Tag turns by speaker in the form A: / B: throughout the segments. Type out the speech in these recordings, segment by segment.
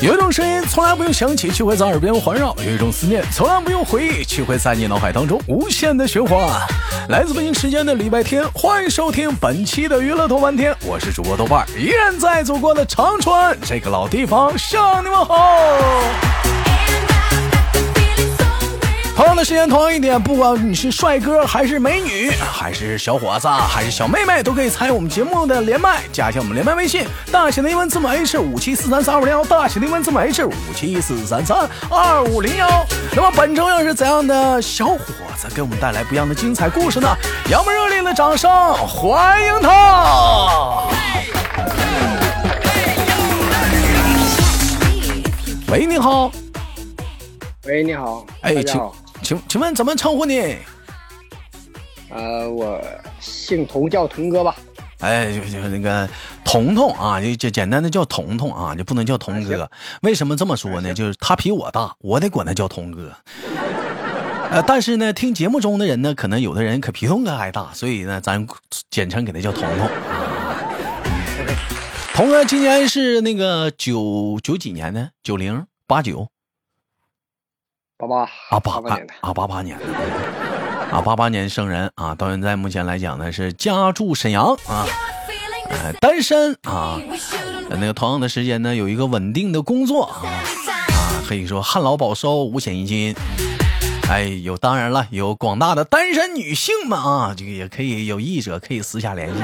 A: 有一种声音从来不用响起，却会在耳边环绕；有一种思念从来不用回忆，却会在你脑海当中无限的循环。来自北京时间的礼拜天，欢迎收听本期的娱乐豆瓣天，我是主播豆瓣儿，依然在祖国的长春这个老地方向你们好。同样的时间，同样一点，不管你是帅哥还是美女，还是小伙子还是小妹妹，都可以参与我们节目的连麦，加一下我们连麦微信，大写的英文字母 H 五七四三三二五零幺，大写的英文字母 H 五七四三三二五零幺。那么本周又是怎样的小伙子给我们带来不一样的精彩故事呢？让我们热烈的掌声欢迎他！喂，你好，
B: 喂，你好，
A: 哎，
B: 大家
A: 请
B: 好，
A: 请请问怎么称呼你？
B: 呃，我姓童，叫童哥吧，
A: 哎，就就那个彤彤啊，就就简单的叫彤彤啊，就不能叫彤哥。为什么这么说呢？就是他比我大，我得管他叫彤哥。 呃，但是呢，听节目中的人呢，可能有的人可比彤哥还大，所以呢，咱简称给他叫彤 彤。彤哥今年是那个九九几年呢？九零八九
B: 八八
A: 啊八
B: 八年的，
A: 啊八八年的啊八八年生人啊，到现在目前来讲呢是家住沈阳啊，呃单身啊，呃那个同样的时间呢，有一个稳定的工作啊，啊，可以说旱涝保收，五险一金。哎，有当然了，有广大的单身女性们啊，这个也可以有意者可以私下联系。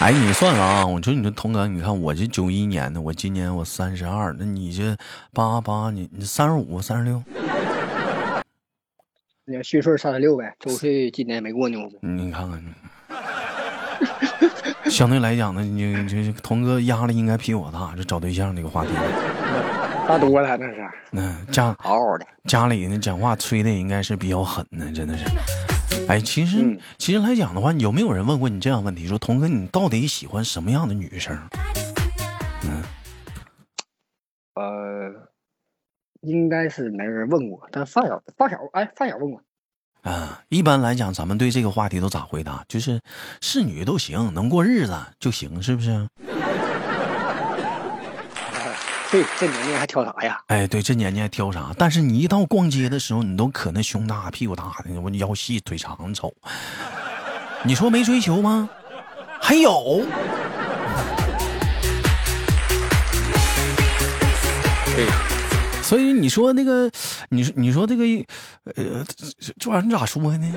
A: 哎，你算算啊，我说你这童哥，你看我这九一年的，我今年我三十二，那你这八八，你你三十五、三十六，
B: 你看虚岁三十六呗，周岁今年没过呢，我们
A: 你 看看你，相对来讲呢，你这这童哥压力应该比我大，这找对象这个话题。
B: 大多了那是，
A: 嗯，家
B: 嗷嗷的，
A: 家里呢讲话吹的应该是比较狠的，真的是。哎，其实、
B: 嗯
A: 其实来讲的话，有没有人问过你这样的问题？说童哥，你到底喜欢什么样的女生？
B: 呃，应该是没人问过，但发小发小哎发小问过，
A: 啊，一般来讲，咱们对这个话题都咋回答？就是是女都行，能过日子就行，是不是？
B: 对，这年龄还挑啥呀？
A: 哎，对，这年纪还挑啥？但是你一到逛街的时候，你都可那胸大、屁股大的，我腰细、腿长、丑，你说没追求吗？还有，
B: 对，
A: 所以你说那个，你说你说这个，呃，这这玩意儿你咋说呢？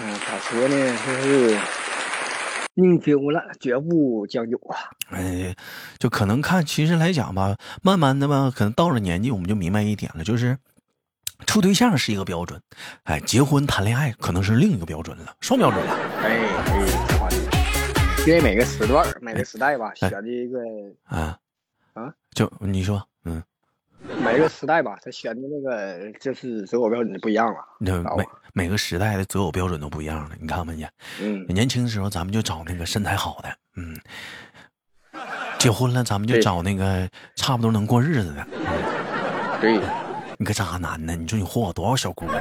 B: 嗯，咋说呢，就是宁缺毋滥，绝不将就啊，
A: 哎，就可能看，其实来讲吧，慢慢的吧，可能到了年纪，我们就明白一点了，就是处对象是一个标准，哎，结婚谈恋爱可能是另一个标准了，双标准了。
B: 哎哎，这话题因为每个时段儿每个时代吧，选的一个
A: 啊
B: 啊，
A: 就你说，嗯，
B: 每个时代吧，他选的那个就是择偶标准就不一样了。
A: 那
B: 好
A: 每每个时代的择偶标准都不一样了，你看吧你，
B: 嗯，
A: 年轻的时候咱们就找那个身材好的，嗯，结婚了咱们就
B: 对
A: 找那个差不多能过日子的，
B: 对，
A: 你个渣男呢，你说你祸害多少小姑娘？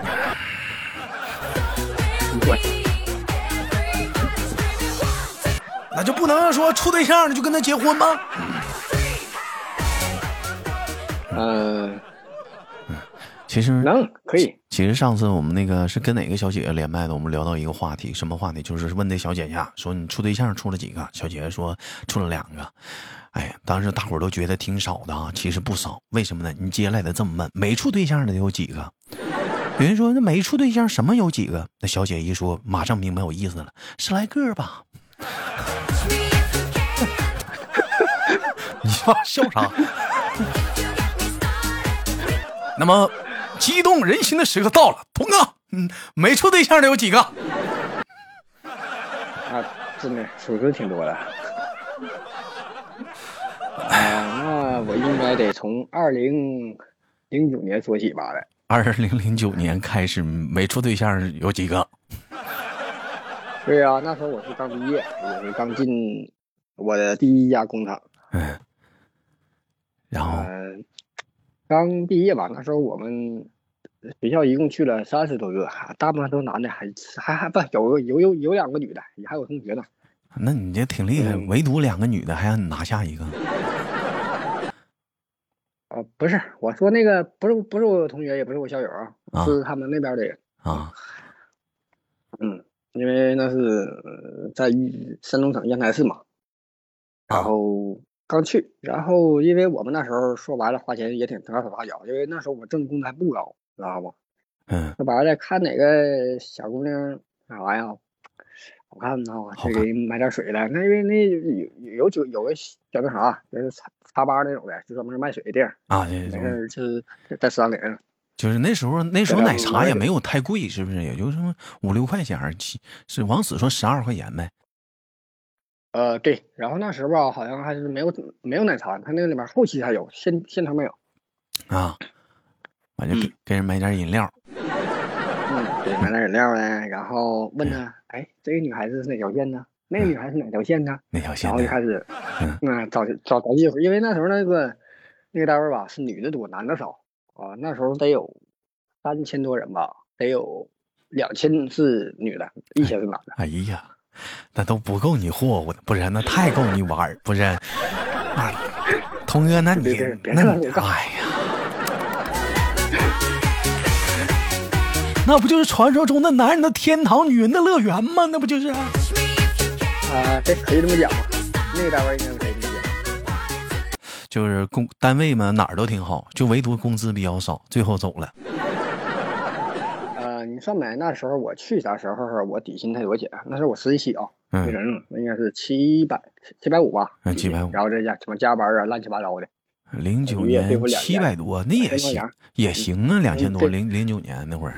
A: 那就不能说处对象了就跟他结婚吗？
B: 嗯、
A: 其实
B: 能可以。
A: 其实上次我们那个是跟哪个小姐姐连麦的？我们聊到一个话题，什么话题？就是问那小姐姐啊说你处对象处了几个？小姐姐说处了两个。哎，当时大伙儿都觉得挺少的啊，其实不少。为什么呢？你接下来的这么问，没处对象的得有几个？有人说那没处对象什么有几个？那小姐一说，马上明白我意思了，十来个吧。 你妈笑啥？ 那么，激动人心的时刻到了，童哥，嗯，没处对象的有几个？
B: 啊，真的手术挺多的。啊，那我应该得从二零零九年说起吧的。
A: 二零零九年开始没处对象有几个？
B: 对啊，那时候我是刚毕业，也是刚进我的第一家工厂。
A: 嗯，然后
B: 嗯、刚毕业吧，那时候我们学校一共去了三十多个，大部分都男的，还还还不有个有有有两个女的，也还有同学呢，
A: 那你这挺厉害，
B: 嗯
A: 唯独两个女的还让你拿下一个。
B: 啊、不是，我说那个不是不是我同学，也不是我校友啊，
A: 啊
B: 是他们那边的人。
A: 啊，
B: 嗯，因为那是呃在一山东省烟台市嘛，
A: 啊
B: 然后刚去，然后因为我们那时候说白了花钱也挺大手大脚，因为那时候我挣工资还不高，知道吗？
A: 嗯，
B: 说白了，看哪个小姑娘那玩意儿好看呢，我
A: 好
B: 去给买点水来。那因为那有有有酒有个叫那啥，就是茶茶吧那种的，就专门卖水的地儿，
A: 啊，这
B: 没事儿就在商岭。
A: 就是那时候，那时候
B: 对啊
A: 奶
B: 我
A: 茶
B: 也
A: 也
B: 是
A: 没有太贵，是不是？也就什么五六块钱儿，七是往死说十二块钱呗。
B: 呃，对，然后那时候吧，好像还是没有没有奶茶，他那个里面后期还有，现现成没有。
A: 啊，完就给、
B: 嗯
A: 给人买点饮料，
B: 嗯，对，买点饮料呢，然后问他，哎，这个女孩子是哪条线呢？那个女孩是哪条线呢？
A: 那条线
B: 然后就
A: 的
B: 开始，
A: 嗯
B: 嗯，找找找地方，因为那时候那个那个单位吧是女的多，男的少啊，那时候得有三千多人吧，得有两千是女的，一千是男的。
A: 哎呀，那都不够你霍霍的，不是？那太够你玩儿，不是？啊，童哥，那你
B: 别别别
A: 那
B: 看
A: 你
B: 别看
A: 哎呀，那不就是传说中的男人的天堂、女人的乐园吗？那不就是、
B: 啊，这可以这么讲吧？那个单位应该可以这么讲。
A: 就是工单位嘛，哪儿都挺好，就唯独工资比较少，最后走了。
B: 呃，你算没？那时候我去啥时候？我底薪才多少钱？那时候我实习啊，没
A: 嗯，
B: 人了，应该是七百七百五吧，
A: 嗯
B: 底薪
A: 750
B: 然后再加什么加班啊，乱七八糟的。
A: 零九
B: 一个月最
A: 年
B: 后两
A: 七
B: 年
A: 百多，那也
B: 千块
A: 行
B: 钱，
A: 也行啊，两千多，
B: 嗯对
A: 零零九年那会儿。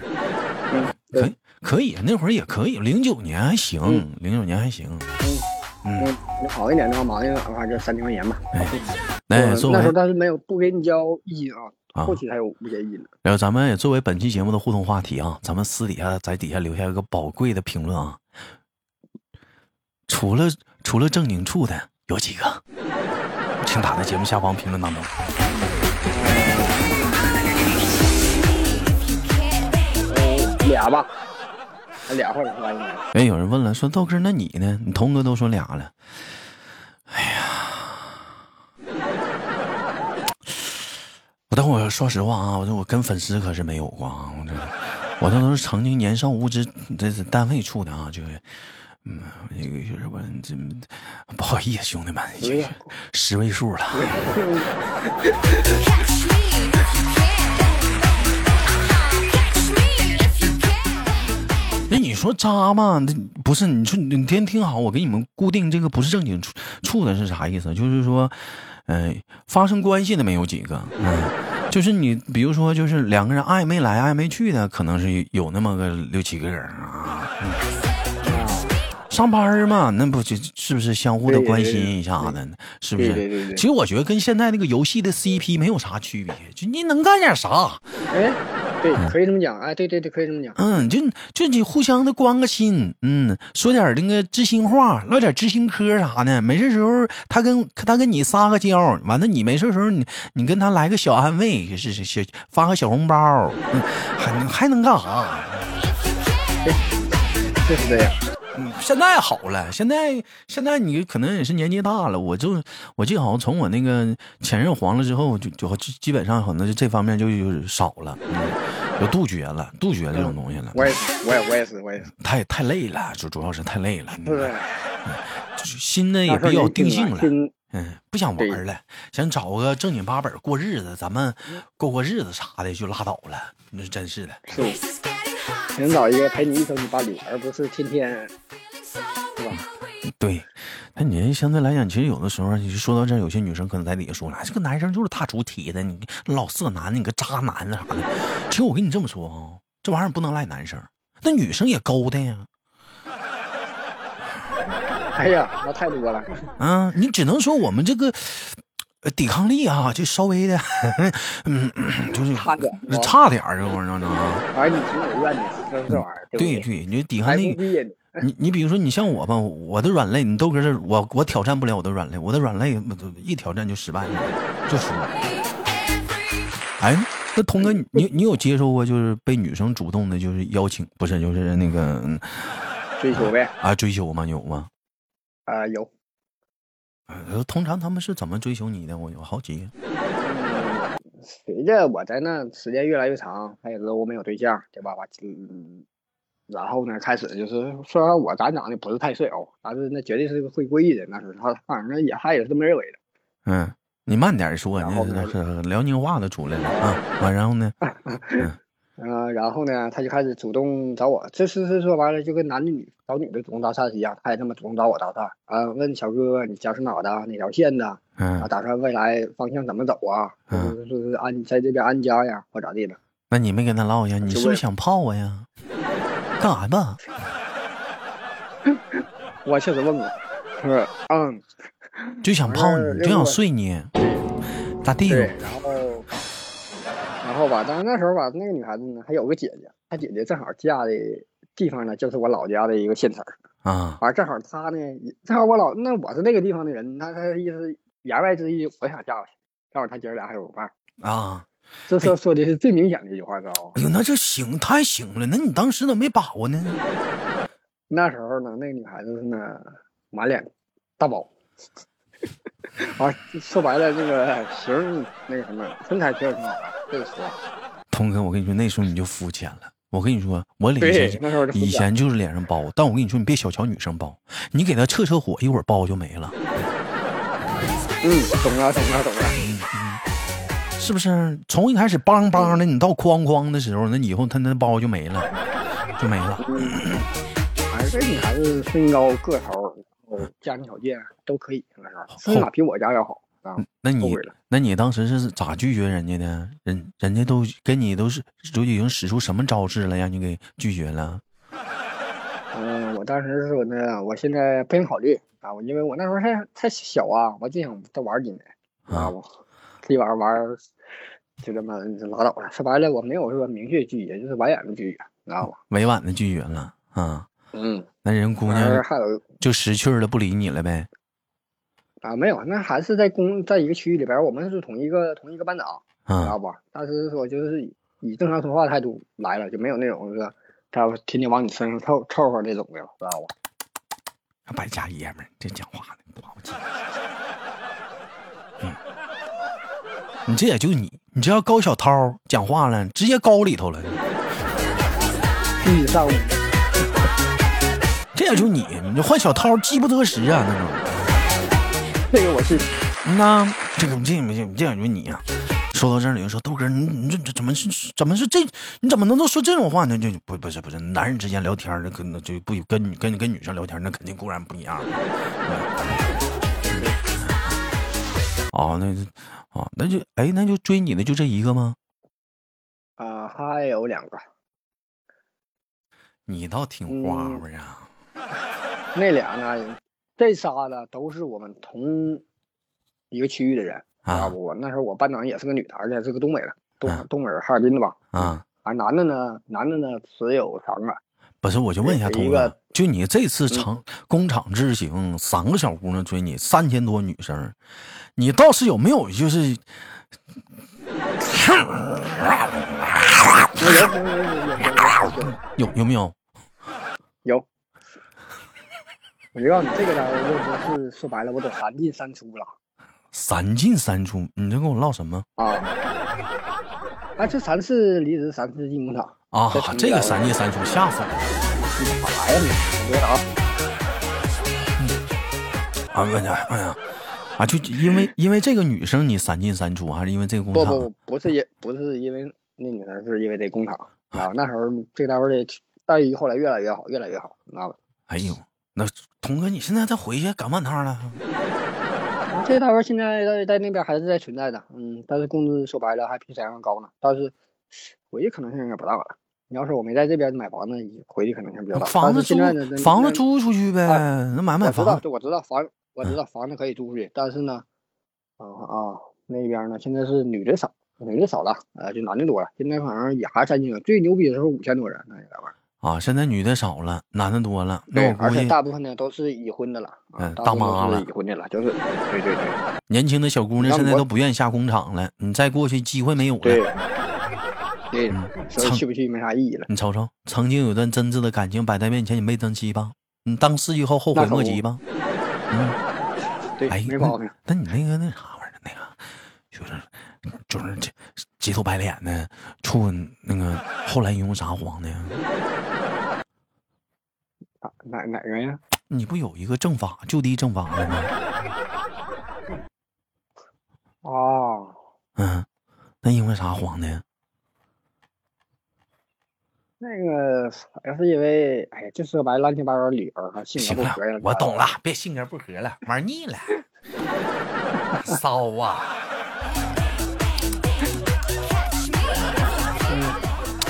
B: 嗯，对
A: 可以，可以，那会儿也可以，零九年还行
B: 嗯，
A: 零九年还行。
B: 嗯，你好一点的话，忙一点的话就三千块钱吧。
A: 哎
B: 呃
A: 那作
B: 那时候
A: 为
B: 他是没有不给你交一斤啊，
A: 啊
B: 后期还有五节一斤呢。
A: 然后咱们也作为本期节目的互动话题啊，咱们私底下在底下留下一个宝贵的评论啊。除了除了正经处的有几个，请打在节目下方评论当中。
B: 呃，俩吧，俩或者三应该。
A: 哎，有人问了，说豆哥，那你呢？你童哥都说俩了。哎呀，我但我说实话啊，我这我跟粉丝可是没有过啊，我这我这都是曾经年少无知，这是单位处的啊，就是。嗯，一个就是我这不好意思，兄弟们，
B: 哎呀
A: 十位数了。哎那你说渣嘛？那不是你说你你先听好，我给你们固定这个不是正经处处的是啥意思？就是说，嗯、发生关系的没有几个，嗯、就是你比如说就是两个人暧昧来暧昧去的，可能是有那么个六七个人啊。嗯上班儿嘛，那不就是不是相互的
B: 对对
A: 关
B: 对
A: 心一下子，是不
B: 对
A: 是？
B: 对对对
A: 其实我觉得跟现在那个游戏的 CP 没有啥区别，就你能干点啥？
B: 哎，对，可以这么讲。哎，对对对，可以这么讲。
A: 嗯，就就你互相的关个心，嗯，说点儿那个知心话，唠点儿知心嗑啥的。没事时候他跟他跟你撒个娇，完了你没事时候你你跟他来个小安慰，是是是，发个小红包，嗯、还能还能干啥？
B: 就是这样。
A: 嗯，现在好了，现在现在你可能也是年纪大了，我就我记得好像从我那个前任黄了之后，就就基基本上可能就这方面就有少了，嗯，就杜绝了，杜绝这种东西了，
B: 我也是，我也我也是，我也是。
A: 太太累了，主主要是太累了。嗯你
B: 对，
A: 就是新的
B: 那
A: 也
B: 时候
A: 比较
B: 年轻
A: 定性
B: 嘛
A: 了，
B: 新
A: 嗯，不想玩
B: 对
A: 了，想找个正经八本儿过日子，咱们过过日子啥的就拉倒了，那真是的。
B: 是想找一个陪你一生的伴侣，而不是天天
A: 对，那你这相对来讲，其实有的时候，你说到这儿，有些女生可能在底下说了，哎这个男生就是大猪蹄子，你老色男，你个渣男啊啥的。其实我跟你这么说啊、这玩意儿不能赖男生，那女生也勾搭呀，
B: 哎呀，那太多了。
A: 啊，你只能说我们这个。呃抵抗力啊，就稍微的， 嗯，就是
B: 差点儿是吧
A: 差点儿这玩意儿啊。
B: 反正你情我愿的，这这玩意儿，不
A: 对
B: 对？
A: 对，你抵抗
B: 还攻
A: 力，
B: 击人，
A: 你你比如说你像我吧，我的软肋，你豆哥这我我挑战不了我的软肋，我的软肋一挑战就失败了，就输了。哎，那童 哥，你你你有接受过就是被女生主动的，就是邀请，不是就是那个嗯
B: 追求呗。
A: 啊追求吗？有吗？
B: 啊、有，
A: 呃通常他们是怎么追求你的？我我好奇。
B: 随着我在那时间越来越长，还有时候我没有对象，对吧？我嗯，然后呢，开始就是虽然我咱长得不是太顺哦，但是那绝对是个会故意的，那是他反正也还也是这么认为的。
A: 嗯，你慢点说，
B: 然后
A: 你
B: 呢
A: 这是辽宁话都出来了啊。完，然后 呢？
B: 嗯、然后呢，他就开始主动找我，这是是说白了，就跟男的女找女的主动搭讪一样，他也这么主动找我搭讪啊、问小哥你家是哪的，哪条县的啊，
A: 嗯，
B: 打算未来方向怎么走啊？就是就是安在这边安家呀，或咋地的？
A: 那你没跟他唠一下，你
B: 就是
A: 不是想泡我呀？干啥吧？
B: 我确实问过，是嗯，
A: 就想泡你，就想睡你，咋地？
B: 对，然后，然后吧，但是那时候吧，那个女孩子呢，还有个姐姐，她姐姐正好嫁的地方呢，就是我老家的一个县城儿。
A: 啊，
B: 完，正好她呢，也正好我老那我是那个地方的人，她她意思言外之意，我想嫁去。正好她姐儿俩还有个伴儿，
A: 啊，
B: 这说说的是最明显的一句话，知道吗？
A: 哎呦，那这行太行了，那你当时怎么没把握呢？
B: 那时候呢，那个女孩子呢，满脸大包，完、说白了，那个型儿那个什么，身材确实挺好的，啊这个说。
A: 童哥，我跟你说，那时候你就肤浅了。我跟你说，我脸
B: 对
A: 上
B: 那时候就肤浅
A: 以前就是脸上包，但我跟你说，你别小瞧女生包，你给她撤撤火，一会儿包就没了，
B: 嗯，懂了，懂了，懂了。
A: 是不是？从一开始梆梆的，你到哐哐的时候，那以后她那包就没了，就没了。
B: 反正这女孩子身高、个头，然后家庭条件都可以，那时候
A: 后
B: 起码比我家要好啊。
A: 那
B: 后
A: 嗯你
B: 悔了
A: 那你当时是咋拒绝人家的？人人家都跟你都是都已经使出什么招式了，让你给拒绝了？
B: 嗯，我当时是说呢，我现在不想考虑啊，我因为我那时候还太小啊，我就想再玩几年
A: 啊
B: 啊，我自己玩玩，就这么就拉倒了。说白了，我没有说明确拒绝，就是完眼的拒绝，你知道吧？
A: 委婉的拒绝了啊？
B: 嗯，
A: 那人姑
B: 完事
A: 娘
B: 还有
A: 就识趣儿了，不理你了呗？
B: 啊，没有，那还是在公在一个区域里边，我们是同一个同一个班长。知
A: 啊
B: 道吧？当时说就是以以正常说话的态度来了，就没有那种就是他天天往你身上凑凑合那种的，知道吧？
A: 败家爷们儿，这讲 话呢不好听。嗯，你这也就你，你这要高小涛讲话了，直接高里头了。
B: 地上午
A: 这也就你，你换小涛饥不择食啊，那种。
B: 这个我是
A: 那这个这这这样就你呀、说到这儿，有人说豆哥，你你这这怎么是怎么是这？你怎么能够说这种话呢？这就不不是不是，男人之间聊天儿，那跟那就不跟跟跟女生聊天儿，那肯定固然不一样。 哦，那就哦，那就哎，那就追你的就这一个吗？
B: 啊、还有两个，
A: 你倒挺花花啊！
B: 那俩呢，这仨呢都是我们同一个区域的人，知道
A: 啊
B: 不？我那时候我班长也是个女的，而且是个东北的，东、
A: 啊
B: 东北人哈尔滨的吧？
A: 啊，
B: 啊，男的呢，男的呢只有啊三个，
A: 不是，我就问一下
B: 这
A: 童
B: 一
A: 哥
B: 个，嗯
A: 就你这次长工厂之行，三个小姑娘追你，三千多女生，你倒是有没有就是
B: 有有有有有有有
A: 有有没有？
B: 有。我就告诉你，这个呢，我就是说白了，我得三进三出了。
A: 三进三出，你这跟我唠什么
B: 啊，啊，这三次离职，三次进工厂，
A: 啊
B: 这什？么
A: 这个
B: 聊
A: 三进三出吓死我了！
B: 你干啥呀你？你别打啊，
A: 啊，哎呀，哎呀，啊，就因为因为这个女生你三进三出，还是因为这个工
B: 不
A: 厂？
B: 不不是也不是因为那女的，是因为这工厂啊。那时候这单位的待遇后来越来越好，越来越好，你知道吧？
A: 哎呦，那童哥，你现在再回去赶半趟了？
B: 这单位现在在在那边还是在存在的，嗯，但是工资说白了还比沈阳高呢，但是回去可能性应该不大了。你要是我没在这边买房子，回去可能性比较大。
A: 房子
B: 但是
A: 租
B: 现在呢，那
A: 房子
B: 那
A: 租出去呗，
B: 哎
A: 那买买
B: 我知道，
A: 房。嗯
B: 对，我知道房，我知道房子可以租出去，但是呢，啊啊那边呢，现在是女的少，女的少了，呃，就男的多了。现在反正也还三千多，最牛逼的时候五千多人，那也玩。
A: 啊，现在女的少了，男的多了。那
B: 对
A: 我，
B: 而
A: 估
B: 且
A: 计
B: 大部分呢都是已婚的了，啊
A: 嗯，
B: 大
A: 当
B: 部分
A: 妈
B: 都
A: 了
B: 是已婚的了，就是对对对
A: 年轻的小姑娘
B: 让
A: 现在
B: 我
A: 都不愿意下工厂了，你再过去机会没有了。
B: 对对，所以
A: 苍
B: 去不去没啥意义了。
A: 你瞅瞅，曾经有段真挚的感情摆在面前，你没珍惜吧？你当司机后后悔莫及吧？
B: 对，
A: 哎，
B: 没毛病。
A: 那那你那个那啥玩意儿，那个就是就是这急头白脸的处那个，后来因为啥黄的？
B: 啊哪哪个呀？
A: 你不有一个政法就地正法的吗？
B: 哦，
A: 嗯，那因为啥黄的？
B: 那个好像是因为，哎呀，就说白了乱七八糟理由哈，性
A: 行
B: 格不
A: 了
B: 合呀。，
A: 我懂了，别性格不合了，玩腻了，骚啊！嗯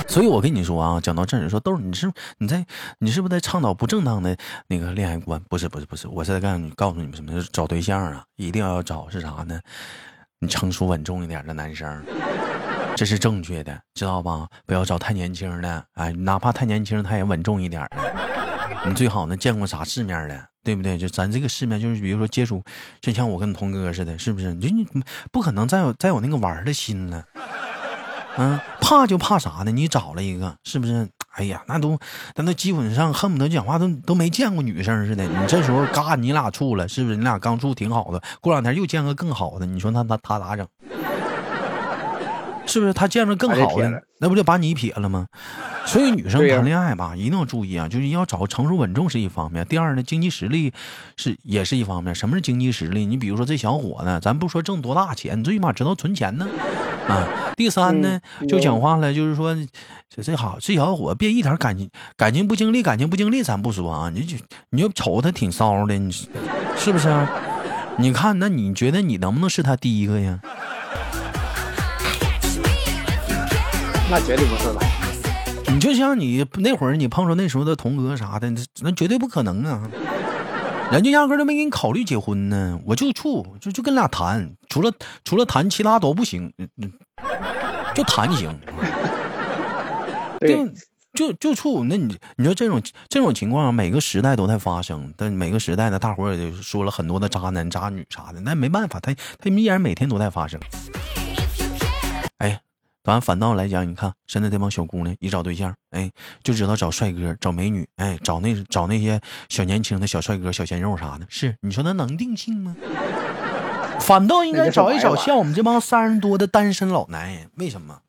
A: 所以，我跟你说啊，讲到这儿，说豆儿，你是不你在你是不是在倡导不正当的那个恋爱观？不是，不是，不是，我是在告诉你，告诉你们什么？就是找对象啊，一定要找是啥呢？你成熟稳重一点的男生，这是正确的，知道吧？不要找太年轻的，哎，哪怕太年轻，他也稳重一点的。你最好呢见过啥世面的，对不对？就咱这个世面，就是比如说接触，就像我跟童哥似的，是不是？你就你不可能再有再有那个玩儿的心了，嗯，怕就怕啥呢？你找了一个，是不是？哎呀，那都那都基本上恨不得讲话都都没见过女生似的。你这时候嘎，你俩处了，是不是？你俩刚处挺好的，过两天又见个更好的，你说那他他咋整？ 是不是他见着更
B: 把这
A: 好
B: 撇
A: 的
B: 了，
A: 那不就把你撇了吗？所以女生
B: 对呀
A: 谈恋爱吧，一定要注意啊，就是要找成熟稳重是一方面，第二呢，经济实力是也是一方面。什么是经济实力？你比如说这小伙子，咱不说挣多大钱，你最起码知道存钱呢。啊，第三呢，
B: 嗯
A: 就
B: 有
A: 讲话了，就是说这这好这小伙别一点感情感情不经历，感情不经历咱不说啊，你就你就瞅他挺骚的，你是不是、啊？你看，那你觉得你能不能是他第一个呀？
B: 那绝对不是吧？
A: 你就像你那会儿你碰着那时候的童哥啥的，那那绝对不可能啊！人家压根儿都没给你考虑结婚呢，我就处就就跟俩谈，除了除了谈，其他都不行，嗯嗯就谈行。
B: 对，
A: 就就处，那你你说这种这种情况，每个时代都在发生，但每个时代呢，大伙儿也就说了很多的渣男渣女啥的，那没办法，他他们依然每天都在发生。哎，咱反倒来讲，你看现在这帮小姑娘一找对象，哎，就知道找帅哥、找美女，哎，找那找那些小年轻的小帅哥、小鲜肉啥的，是你说那能定性吗？反倒应该找一找像我们这帮三十多的单身老男人，为什么？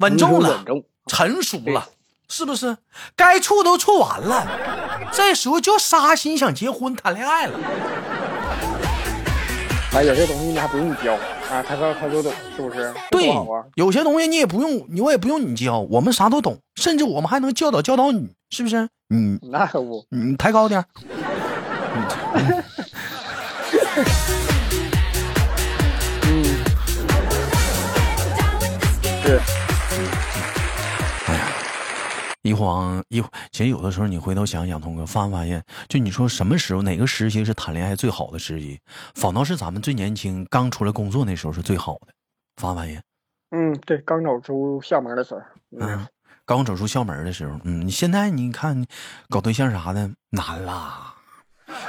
A: 稳重了
B: 稳，重。
A: 成熟了，是不是？该处都处完了，这时候就杀心想结婚谈恋爱了。
B: 啊，有些东西呢还不用教啊，他说他都懂，是不是？
A: 对
B: 多好啊！，
A: 有些东西你也不用，你我也不用你教，我们啥都懂，甚至我们还能教导教导你，是不是？你
B: 那可不，
A: 你抬高点儿。
B: 嗯，是
A: 哎一晃一，其实有的时候你回头想想，童哥，发没发现，就你说什么时候哪个时期是谈恋爱最好的时期，反倒是咱们最年轻刚出来工作那时候是最好的，发没发现？
B: 嗯，对，刚走出校门的时候，嗯
A: 嗯，，刚走出校门的时候，嗯，你现在你看搞对象啥的难啦，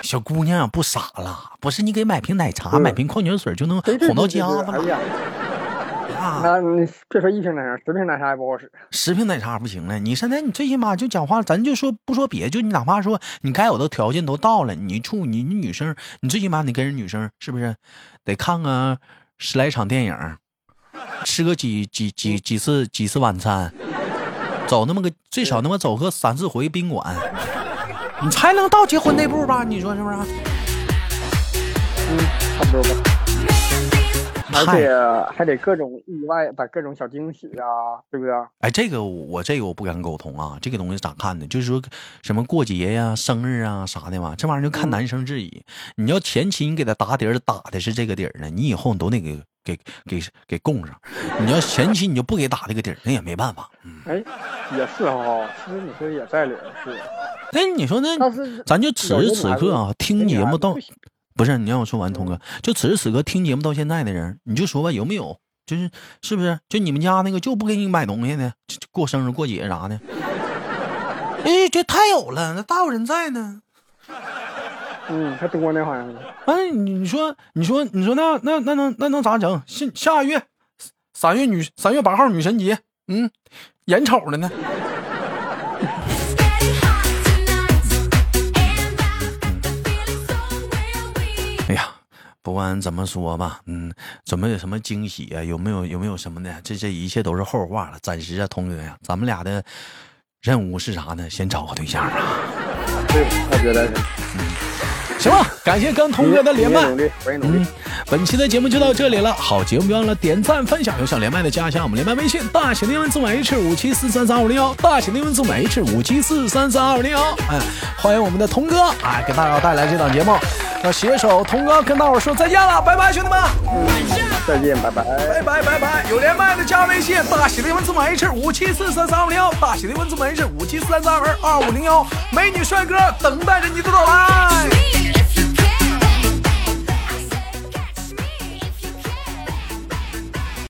A: 小姑娘不傻了，不是你给买瓶奶茶、
B: 嗯
A: 买瓶矿泉水就能
B: 对对
A: 哄到
B: 对对
A: 家
B: 对
A: 子
B: 哎
A: 了
B: 呀，
A: 啊！
B: 那你别说一瓶奶茶，十瓶奶茶也不好使。
A: 十瓶奶茶不行了，你现在你最起码就讲话，咱就说不说别，就你哪怕说你该有的条件都到了，你处你你女生，你最起码你跟人女生是不是得看个十来场电影，吃个几几几几次几次晚餐，走那么个最少他妈走个三四回宾馆，你才能到结婚那步吧？你说是不是？啊
B: 嗯，差不多吧。而
A: 太
B: 且还得各种意外，把各种小惊喜啊，对不对？
A: 哎，这个我我这个我不敢苟同啊，这个东西咋看呢？就是说什么过节呀、生日啊啥的嘛，这玩意儿就看
B: 嗯
A: 男生质疑。你要前期你给他打底儿打的是这个底儿呢，你以后你都得给给给给供上。你要前期你就不给打这个底儿，那也没办法。
B: 哎，也是哈，其实你说也在理儿，是。
A: 那你说那
B: 但是
A: 咱就此时此刻啊，听节目到
B: 不行嗯
A: 不是你让我说完，童哥，就此时此刻听节目到现在的人，你就说吧，有没有？就是是不是？就你们家那个就不给你买东西呢？就就过生日过节啥的？哎，这太有了，那大有人在呢。
B: 嗯，还多呢，好像是。
A: 哎，你你说你说你说那那那能那能咋整？下下个月三月女三月八号女神节，嗯，眼瞅着呢。哎呀，不管怎么说吧，嗯，准备有什么惊喜啊？有没有有没有什么的？这这一切都是后话了。暂时啊，童哥呀，咱们俩的任务是啥呢？先找个对象啊。
B: 对，我觉得是
A: 行了，感谢跟童哥的连麦
B: 你也。努力，我也努力。
A: 本期的节目就到这里了，好节目别忘了点赞分享，有想连麦的加一下我们连麦微信大写的英文字母 H 五七四三三二五零幺，大写的英文字母 H 五七四三三二五零幺，哎，欢迎我们的童哥啊，给大家带来这档节目，那携手童哥跟大伙儿说再见了，拜拜，兄弟们。
B: 再见，拜拜。
A: 拜拜拜拜！有连麦的加微信，大写的英文字母 H 五七四三三五零幺，大写的英文字母 H 五七四三三二二五零幺，美女帅哥等待着你的到来。
C: Hey!